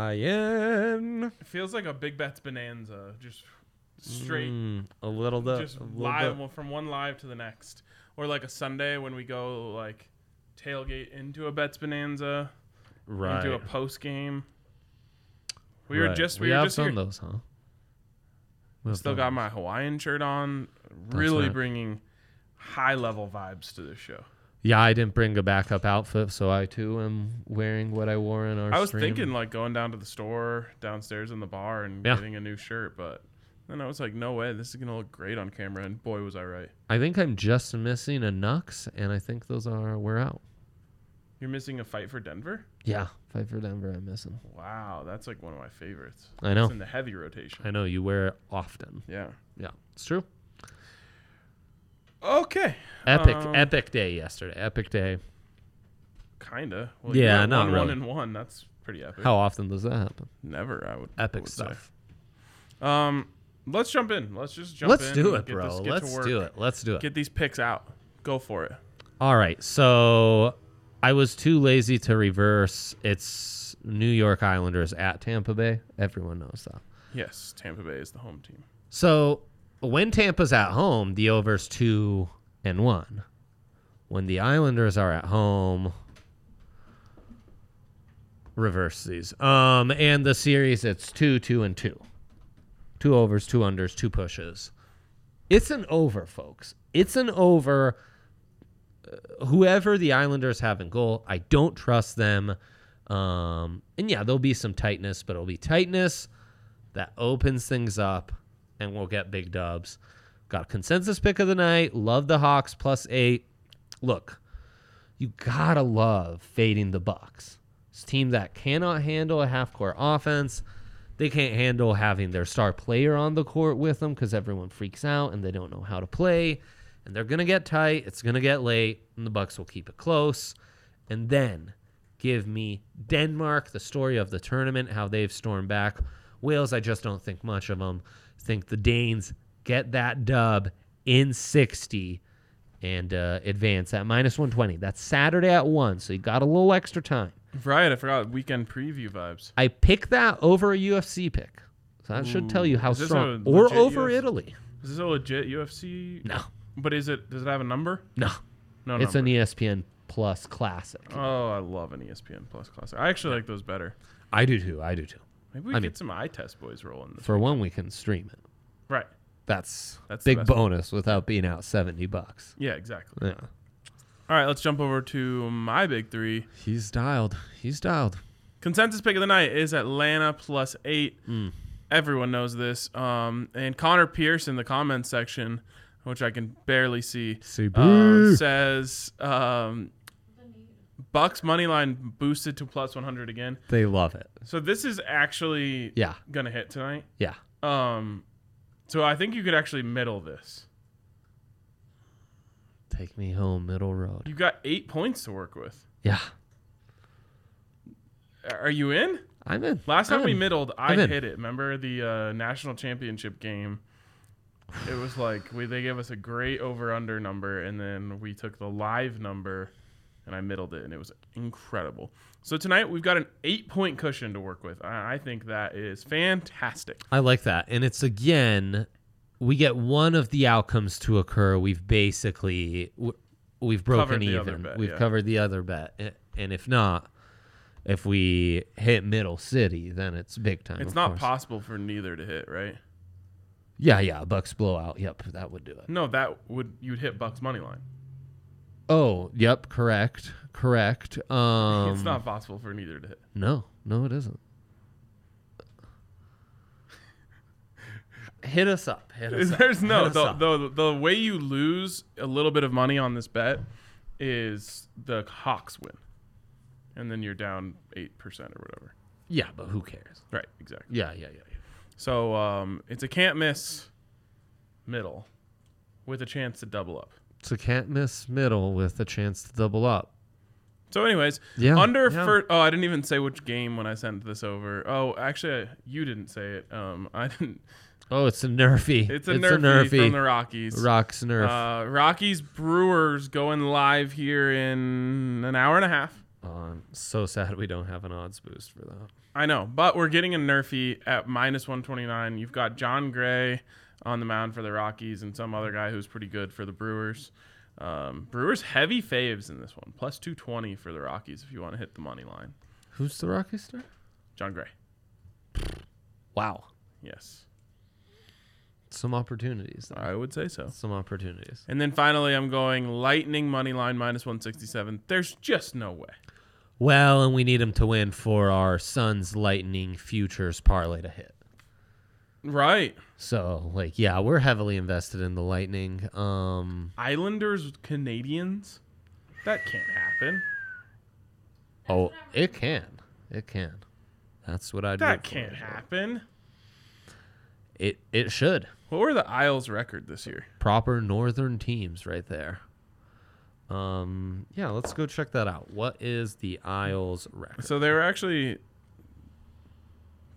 Ryan. It feels like a big bets bonanza, just straight, Mm, a little bit. just a little live bit. from one live to the next, or like a Sunday when we go like tailgate into a bets bonanza, Right. into a post game. We were right. just we, we were have just done here. those, huh? We have Still done got those. my Hawaiian shirt on. Really right. bringing high level vibes to this show. Yeah, I didn't bring a backup outfit, so I too am wearing what I wore in our. I was stream. thinking like going down to the store downstairs in the bar and Yeah. getting a new shirt, but then I was like, no way, this is gonna look great on camera, and boy was I right. I think I'm just missing a Nux, and I think those are we're out. You're missing a fight for Denver. Yeah, fight for Denver. I'm missing. Wow, that's like one of my favorites. I know. It's in the heavy rotation. I know you wear it often. Yeah. Yeah, it's true. Okay. Epic, Um, epic day yesterday. Epic day. Kinda. Yeah, you got not one, One really. and one. That's pretty epic. How often does that happen? Never. I would. I Epic would say. stuff. Um, let's jump in. Let's just jump. Let's in do and it, get bro. this- get to Let's work. do it. Let's do it. Get these picks out. Go for it. All right. So I was too lazy to reverse. It's New York Islanders at Tampa Bay. Everyone knows that. Yes, Tampa Bay is the home team. So when Tampa's at home, the over's two and one. When the Islanders are at home, reverse these. Um, and the series it's two, two, and two. Two overs, two unders, two pushes. It's an over, folks. It's an over. Uh, Whoever the Islanders have in goal, I don't trust them. Um, and yeah, there'll be some tightness, but it'll be tightness that opens things up and we'll get big dubs. Got a consensus pick of the night. Love the Hawks plus eight. Look, you gotta love fading the Bucks. It's a team that cannot handle a half court offense. They can't handle having their star player on the court with them because everyone freaks out and they don't know how to play. And they're gonna get tight. It's gonna get late, and the Bucks will keep it close. And then give me Denmark, the story of the tournament, how they've stormed back. Wales, I just don't think much of them. Think the Danes get that dub in 60 and uh, advance at minus 120. That's Saturday at 1, so you got a little extra time. Right. I forgot weekend preview vibes. I pick that over a UFC pick. So that should tell you how Is this strong. a Or legit over UFC? Italy. Is this a legit UFC? No, But is it? Does it have a number? no. No. it's number. an E ESPN Plus classic. Oh, I love an ESPN Plus classic. I actually like those better. I do too. I do too. Maybe we I get mean- some eye test boys rolling. This. For one, we can stream it. Right. That's, That's the big best one. bonus without being out 70 bucks. Yeah. Exactly. Yeah. All right. Let's jump over to my big three. He's dialed. He's dialed. Consensus pick of the night is Atlanta plus eight. Everyone knows this. Um, and Connor Pierce in the comments section, which I can barely see, uh, says um, Bucks money line boosted to plus 100 again. they love it. So this is actually Yeah. gonna hit tonight. Yeah. Um, so I think you could actually middle this. Take me home, middle road. You got eight points to work with. Yeah. Are you in? I'm in. Last time I'm we in. middled, I I'm in. hit it. Remember the uh, national championship game? It was like we, they gave us a great over under number, and then we took the live number, and I middled it, and it was incredible. So tonight we've got an eight point cushion to work with. I, I think that is fantastic. I like that. And it's again, we get one of the outcomes to occur. We've basically w- we've broken Covered the other even. bet, we've yeah. covered the other bet. A- And if not, if we hit middle city, then it's big time. It's of not course. possible for neither to hit, right? Yeah, yeah, Bucks blowout. Yep, that would do it. No, that would you'd hit Bucks money line. Oh, yep, correct. Correct. Um it's not possible for neither to hit. No, no, it isn't. Hit us up. Hit us up. There's no Hit us the, up. the the way you lose a little bit of money on this bet is the Hawks win, and then you're down eight percent or whatever. yeah, but who cares? Right, exactly. Yeah, yeah, yeah. yeah. So um, it's a can't miss middle with a chance to double up. It's a can't miss middle with a chance to double up. So, anyways, Yeah, under yeah. first. Oh, I didn't even say which game when I sent this over. Oh, actually, you didn't say it. Um, I didn't. Oh, it's a nerfy. It's a, nerfy, from the Rockies. Rocks Uh, nerf. Uh, Rockies Brewers going live here in an hour and a half. Oh, I'm so sad we don't have an odds boost for that. I know, but we're getting a nerfy at minus 129. You've got John Gray on the mound for the Rockies and some other guy who's pretty good for the Brewers. Um, Brewers heavy faves in this one, plus 220 for the Rockies if you want to hit the money line. Who's the Rocky star? John Gray, Wow, yes, some opportunities. I would say so. Some opportunities. And then finally, I'm going Lightning money line minus 167. There's just no way. Well, and we need him to win for our Suns Lightning futures parlay to hit. Right. So, like, yeah, we're heavily invested in the Lightning. Um, Islanders, with Canadians? That can't happen. oh, it can, it can. That's what I'd. root That for. can't happen. It it should. What were the Isles record this year? proper northern teams right there. Um, yeah, let's go check that out. What is the Isles record? So they were actually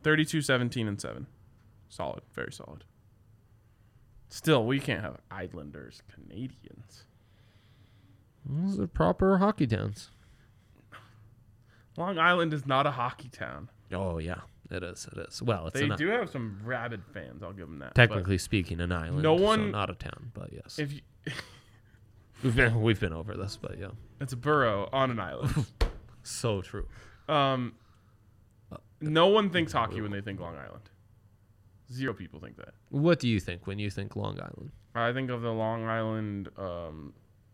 32 17 and 7. Solid, very solid. Still, we can't have Islanders, Canadians. Those are proper hockey towns. Long Island is not a hockey town. Oh yeah, it is. It is. Well, it's They an, i- do have some rabid fans, I'll give them that. but technically speaking an island. No so one- not a town, but yes, If you, we've been we've been over this, but yeah, it's a borough on an island. so true. Um, no one thinks hockey when they think Long Island. Zero people think that. What do you think when you think Long Island? I think of the Long Island um,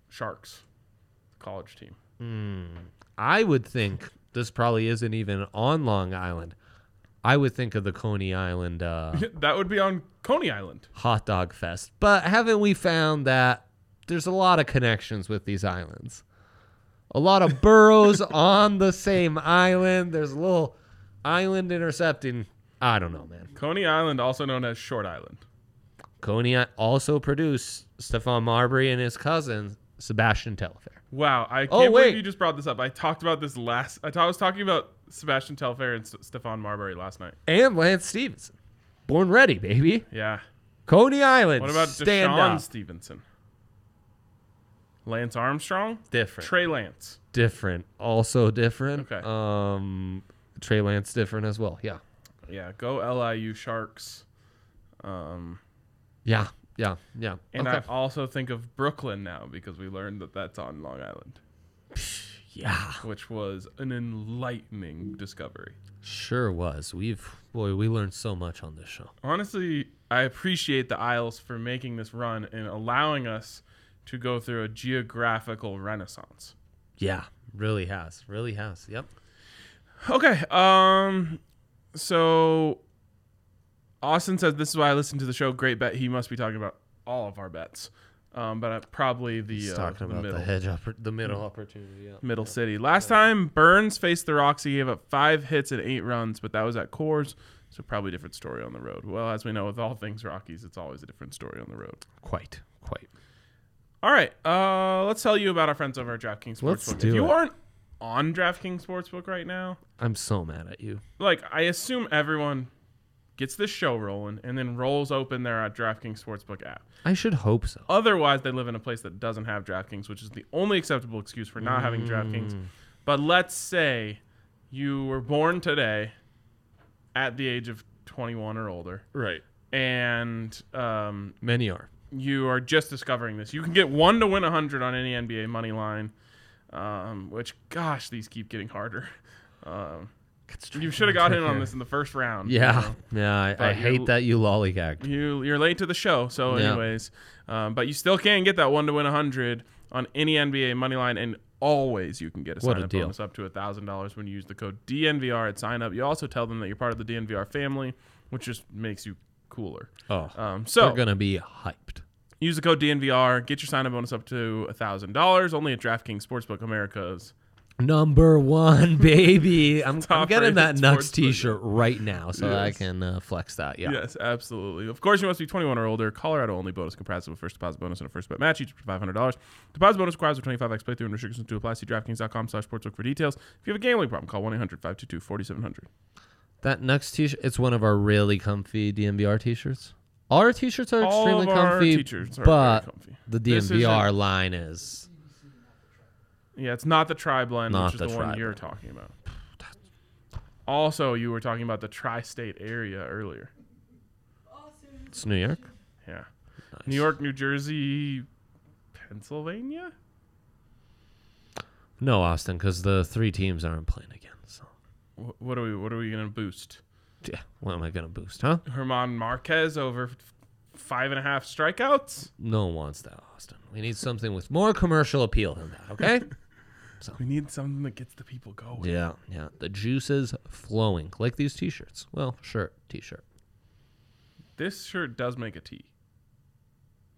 Sharks, college team. I would think this probably isn't even on Long Island. I would think of the Coney Island uh, that would be on Coney Island. hot dog fest. But haven't we found that there's a lot of connections with these islands? A lot of burrows on the same island. There's a little island intercepting. I don't know, man. Coney Island, also known as Short Island. Coney I- also produced Stefan Marbury and his cousin Sebastian Telfair. Wow, I can't Oh, wait. believe you just brought this up. I talked about this last. I, ta- I was talking about Sebastian Telfair and S- Stefan Marbury last night. And Lance Stevenson. Born ready, baby. Yeah. Coney Island. What about stand Deshaun up. Stevenson? Lance Armstrong, Different. Trey Lance. different. Also different. Okay. Um Trey Lance different as well. Yeah. Yeah, go LIU Sharks. Um, Yeah. Yeah. Yeah. and I also think of Brooklyn now because we learned that that's on Long Island, yeah. which was an enlightening discovery. Sure was. We've boy, we learned so much on this show. Honestly, I appreciate the Isles for making this run and allowing us to go through a geographical renaissance. Yeah, really has. Really has. Yep. Okay. Um. So Austin says this is why I listen to the show. Great bet. He must be talking about all of our bets, um, but uh, probably the He's uh, talking the about middle. the hedge oppor- the middle opportunity. Yeah. Middle City. Last time Burns faced the Rocks, he gave up five hits and eight runs, but that was at Coors, so probably a different story on the road. Well, as we know with all things Rockies, it's always a different story on the road. Quite. Quite. All right, uh, let's tell you about our friends over at DraftKings Sportsbook. Let's do if you it. aren't on DraftKings Sportsbook right now, I'm so mad at you. like I assume everyone gets this show rolling and then rolls open their uh, DraftKings Sportsbook app. I should hope so. Otherwise, they live in a place that doesn't have DraftKings, which is the only acceptable excuse for not having Mm. DraftKings. But let's say you were born today at the age of 21 or older, Right. and um, Many are. you are just discovering this. You can get one to win 100 on any NBA money line, um, which, gosh, these keep getting harder. Um, you should have got in on this in the first round. you Yeah. know? Yeah. I, I But hate you- that you lollygagged. You you're late to the show, so Yeah. anyways, um, but you still can get that one to win hundred on any NBA money line, and always you can get a What sign a up deal. bonus up to thousand dollars when you use the code DNVR at sign up. You also tell them that you're part of the DNVR family, which just makes you cooler. Oh. Um, They're so gonna be hyped. use the code DNVR, get your sign up bonus up to thousand dollars only at DraftKings Sportsbook America's. Number one, baby. I'm, I'm Top getting rated that Nux sportsbook. T-shirt right now, so I Yes. can uh, flex that. Yeah. Yes, absolutely. Of course, you must be 21 or older. Colorado only bonus comprised of a first deposit bonus and a first bet match, each up to $500. Deposit bonus requires a 25x playthrough and restrictions to apply. See DraftKings.com slash sportsbook for details. If you have a gambling problem, call 1-800-522-4700. That Nux T-shirt. It's one of our really comfy DMVR T-shirts. All our T-shirts are All extremely of our comfy, teachers are but very comfy. the This DMVR line is Yeah, it's not the tri blend, which Not is the the, one tri you're talking about. Also, you were talking about the tri state area earlier. It's New York. Yeah. Nice. New York, New Jersey, Pennsylvania? No, Austin, because the three teams aren't playing again. So, Wh- What are we what are we gonna boost? yeah, what am I gonna boost, huh? Herman Marquez over f- five and a half strikeouts? No one wants that, Austin. We need something with more commercial appeal than that. Okay. We need something that gets the people going. yeah, yeah. The juices flowing like these T-shirts. Well, shirt, T-shirt. This shirt does make a T.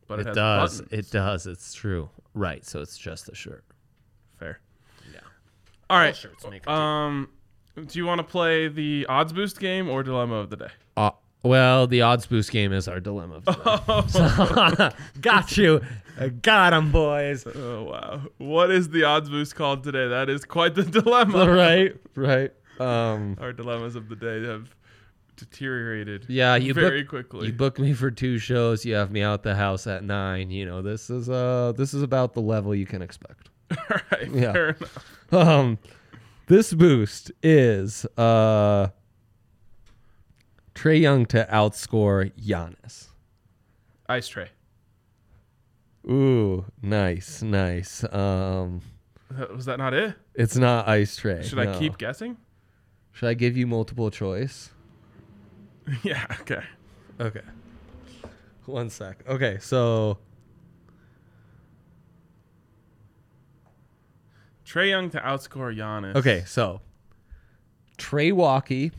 But it, it has does. buttons. It does. It's true. Right. So it's just the shirt. Fair. Yeah. All right. shirts make a Um, do you want to play the odds boost game or dilemma of the day? Uh, well, the odds boost game is our dilemma. Of the day. got you. I Got 'em, boys. Oh wow! What is the odds boost called today? That is quite the dilemma. right. Right. Um. Our dilemmas of the day have deteriorated. Yeah, Uh, you very book- quickly. You book me for two shows. You have me out the house at nine. You know this is uh this is about the level you can expect. All right. Yeah. Fair enough. Um, this boost is uh Trey Young to outscore Giannis. Ice tray. Ooh, nice, nice. Um, That- Was that not it? it's not ice tray. Should I no. keep guessing? Should I give you multiple choice? yeah. Okay. Okay. One sec. Okay, so Trey Young to outscore Giannis. Okay, so Trey Walkie.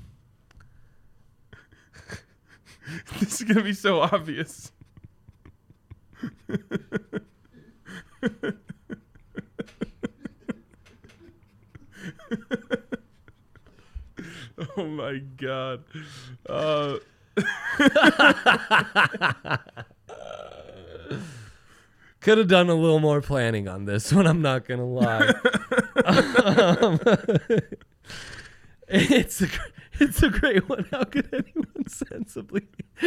this is gonna be so obvious. oh my god. Uh, Could have done a little more planning on this one. I'm not gonna lie. Um, it's a gr- it's a great one. How could anyone sensibly?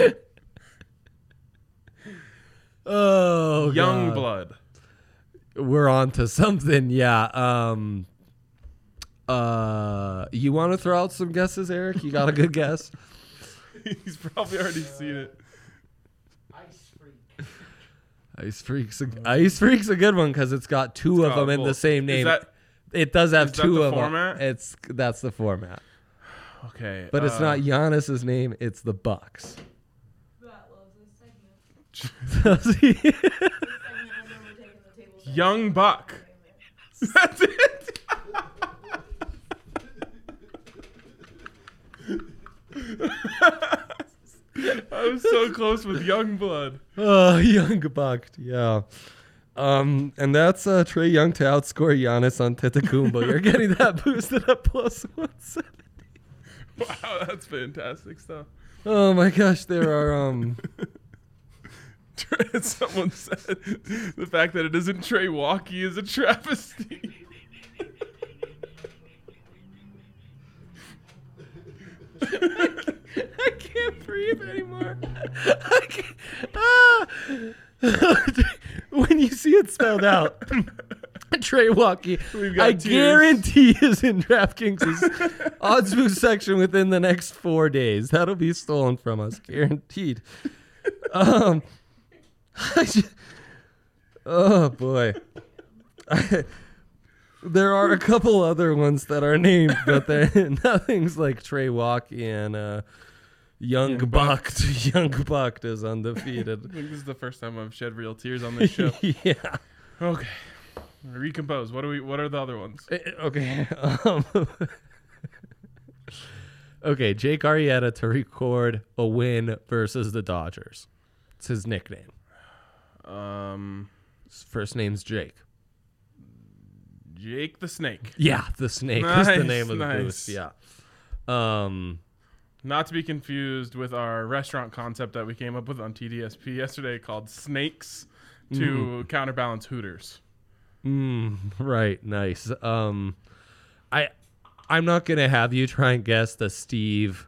oh, young God. blood. We're on to something. Yeah. Um. Uh, you want to throw out some guesses, Eric? You got a good guess. He's probably already seen it. Ice freak. Ice Freak's a, Ice Freak's a good one because it's got two of got them in the both. same Uh, Is name. that- it does have is that two the of format? them. It's that's the format, Okay. but it's uh, not Giannis's name. It's the Bucks. That loves this segment. That's Segment has overtaken the table. Young Buck. That's it. I was so close with young blood. Oh, Young Buck, yeah. Um, and that's uh, Trey Young to outscore Giannis on Tetakumbo. You're getting that boosted up plus 170. Wow, that's fantastic stuff. Oh my gosh, there are um, Trey- Someone said the fact that it isn't Trey Walkie is a travesty. I can't breathe anymore. I can't, ah. when you see it spelled out, Trey Walkie, We've got I tears. guarantee is in DraftKings' odds boost section within the next four days. That'll be stolen from us, guaranteed. Um, I ju- oh boy. there are a couple other ones that are named, but they're nothing's like Trey Walkie and uh, Young Bucked. Young Bucked is I undefeated. think this is the first time I've shed real tears on this show. yeah. Okay. Recompose. What are we what are the other ones? Eh, Okay. Um, okay. Jake Arrieta to record a win versus the Dodgers. It's his nickname. Um His first name's Jake. Jake the Snake. Yeah, the snake is the Nice, name of the boost. Yeah. nice. Um. Not to be confused with our restaurant concept that we came up with on TDSP yesterday called Snakes to counterbalance Hooters. Mm, right. Nice. Um, I, I'm not gonna have you try and guess the Steve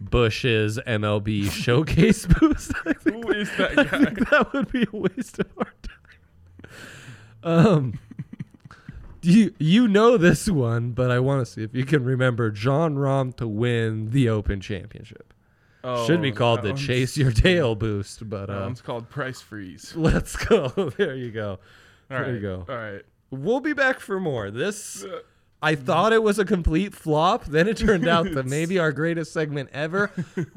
Bush's MLB showcase boost. I think, Who is that I guy? think that would be a waste of our time. Um, you you know this one, but I want to see if you can remember John Rom to win the Open Championship. Oh, Should be called that the one's- Chase Your Tail Boost, but That uh, one's called Price Freeze. let's go. there you go. All right. there you go. All right. We'll be back for more. This I thought it was a complete flop. Then it turned out that maybe our greatest segment ever.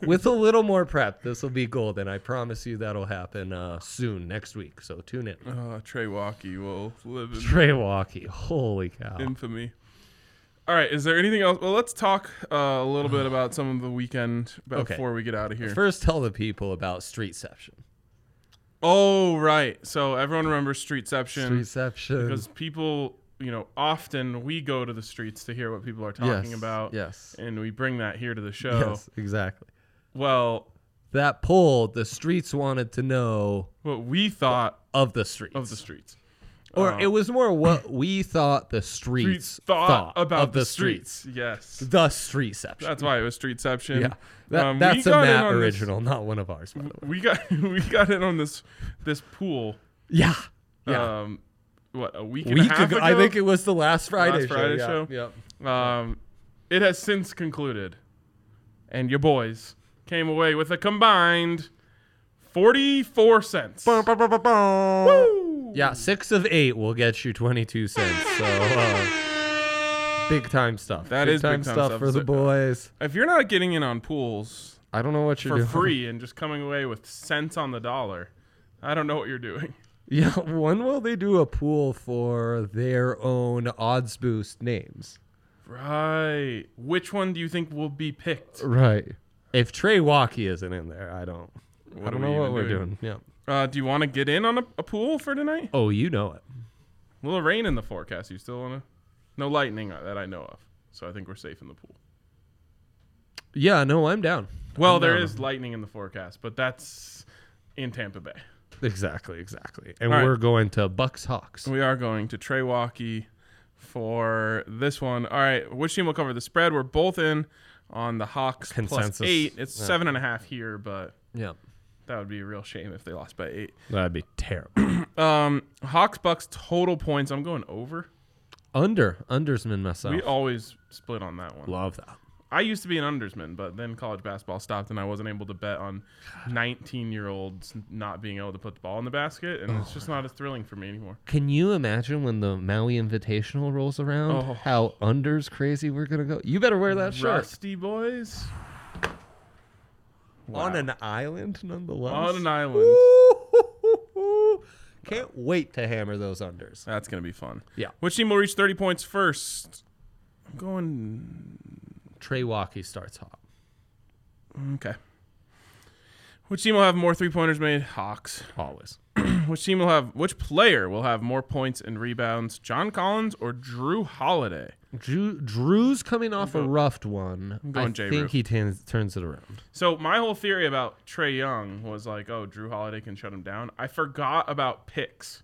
With a little more prep, this will be golden. I promise you that'll happen uh, soon next week. So tune in. Uh, Trey Walkie will live in Trey Walkie, holy cow! infamy. All right. Is there anything else? Well, let's talk uh, a little bit about some of the weekend before Okay. we get out of here. First, tell the people about Streetception. oh, right. So everyone remembers Streetception. Streetception. because people you know often we go to the streets to hear what people are talking yes, about Yes. and we bring that here to the show Yes. Exactly. well That poll, the streets wanted to know what we thought of the streets, of the streets or uh, it was more what we thought the streets thought, thought, about of the streets. yes The Streetception. that's why it was streetception yeah. That, Um, we that's a got in Matt on this- Mm-hmm. original, not one of ours, by the way. we got we got in on this this pool Yeah. Yeah. um what a week, and a Week half ago, ago I think it was the last Friday Last Friday show? show. Yeah. Yep. Um, it has since concluded, and your boys came away with a combined forty-four cents. Woo! Yeah, six of eight will get you twenty-two cents. So uh, big time stuff. That big is big time time stuff, stuff. for the So- uh, boys. If you're not getting in on pools I don't know what you're for doing free and just coming away with cents on the dollar, I don't know what you're doing. Yeah, when will they do a pool for their own odds boost names? Right. Which one do you think will be picked? Right. If Trey Walkie isn't in there, I don't. I What don't are we know what even we're doing? doing. Yeah. Uh, do you want to get in on a, a pool for tonight? Oh, you know it. A little rain in the forecast. You still want to? No lightning uh, that I know of. So I think we're safe in the pool. Yeah. No, I'm down. Well, I'm there down. is lightning in the forecast, but that's in Tampa Bay. Exactly. Exactly. And All right. we're going to Bucks Hawks. We are going to Trey Walkie for this one. All right, which team will cover the spread? We're both in on the Hawks plus Consensus. eight. It's Yeah. seven and a half here, but Yeah. that would be a real shame if they lost by eight. That'd be terrible. Um, Hawks Bucks total points. I'm going over. Under. Undersman myself. We always split on that one. Love that. I used to be an undersman, but then college basketball stopped, and I wasn't able to bet on 19 year olds not being able to put the ball in the basket, and it's just not as thrilling for me anymore. Can you imagine when the Maui Invitational rolls around? Oh. How unders crazy we're gonna go. You better wear that shirt Rusty boys on an island, nonetheless. on an island. Ooh, Can't wait to hammer those unders. That's gonna be fun. Yeah. Which team will reach thirty points first? I'm going Trey Walkie starts hot. okay. Which team will have more three pointers made? Hawks. Always. Which team will have which player will have more points and rebounds? John Collins or Drew Holiday? Drew, Drew's coming off a rough one. i going J. think Rue. he tans- turns it around. So my whole theory about Trey Young was like, oh, Drew Holiday can shut him down. I forgot about picks.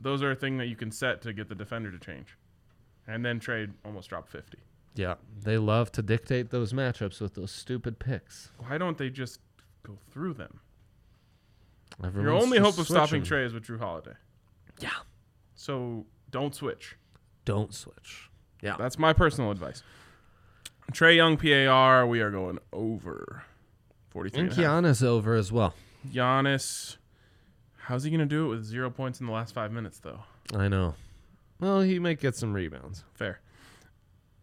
Those are a thing that you can set to get the defender to change. And then Trey almost dropped fifty. Yeah, they love to dictate those matchups with those stupid picks. Why don't they just go through them? Your Everyone's only just hope of stopping switching. Trey is with Drew Holiday. Yeah. So don't switch. Don't switch. Yeah. That's my personal advice. Trey Young PAR, we are going over. I 43 think and a half. Giannis over as well. Giannis, how's he going to do it with zero points in the last five minutes, though? I know. Well, he might get some rebounds. Fair.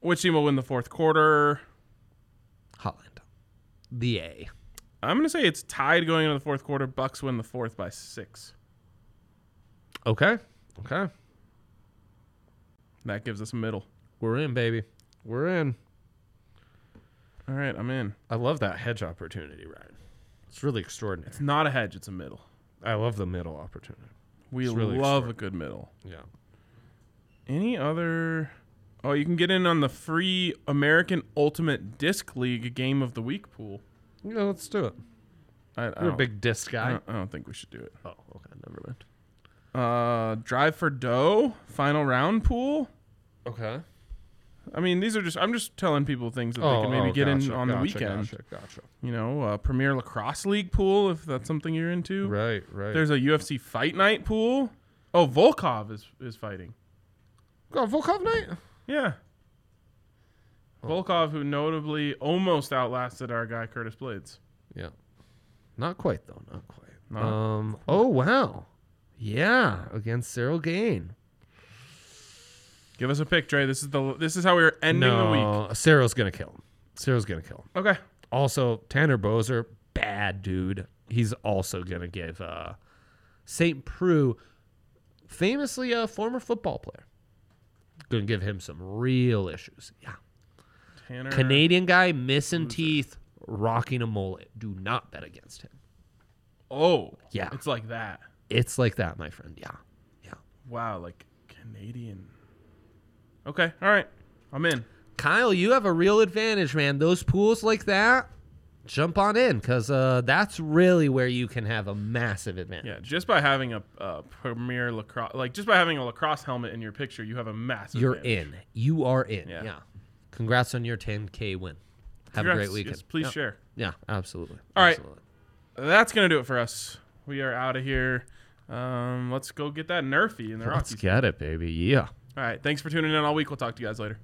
Which team will win the fourth quarter? Holland. The A. I'm going to say it's tied going into the fourth quarter. Bucks win the fourth by six. Okay. Okay. That gives us a middle. We're in, baby. We're in. All right, I'm in. I love that hedge opportunity, Ryan. It's really extraordinary. It's not a hedge, it's a middle. I love the middle opportunity. We It's really love a good middle. Yeah. Any other? Oh, you can get in on the free American Ultimate Disc League game of the week pool. Yeah, let's do it. I, I, You're a don't, big disc I, guy. don't, I don't think we should do it. Oh, okay. Never mind. Uh, Drive for Dough final round pool. Okay. I mean, these are just I'm just telling people things that they can maybe get in on the weekend. Oh, Gotcha, gotcha. You know, uh, Premier Lacrosse League pool if that's something you're into. Right, right. There's a UFC Fight Night pool. Oh, Volkov is is fighting. Got Volkov night. Yeah. Oh. Volkov, who notably almost outlasted our guy Curtis Blades. Yeah. Not quite though. Not quite. No. um. Oh wow. Yeah. Against Cyril Gain. Give us a pick, Dre. This is the this is how we're ending the week. no, Cyril's gonna kill him. Cyril's gonna kill him. Okay. Also, Tanner Bozer, bad dude. He's also gonna give uh, Saint Preux, famously a former football player, gonna give him some real issues. Yeah. Tanner. Canadian guy missing teeth, rocking a mullet. Do not bet against him. Oh. Yeah. It's like that. It's like that, my friend. Yeah. Yeah. Wow, like Canadian. Okay, all right. I'm in. Kyle, you have a real advantage, man. Those pools like that, jump on in because uh, that's really where you can have a massive advantage. Yeah, just by having a, a premier lacrosse, like just by having a lacrosse helmet in your picture, you have a massive. You're advantage. in. You are in. Yeah. Yeah. Congrats on your 10K win. Have a Congrats. great weekend. Yes, please yeah. share. Yeah, absolutely. All right. absolutely. That's gonna do it for us. We are out of here. Um, let's go get that nerfy in the Let's Rockies. get it, baby. Yeah. all right. Thanks for tuning in all week. We'll talk to you guys later.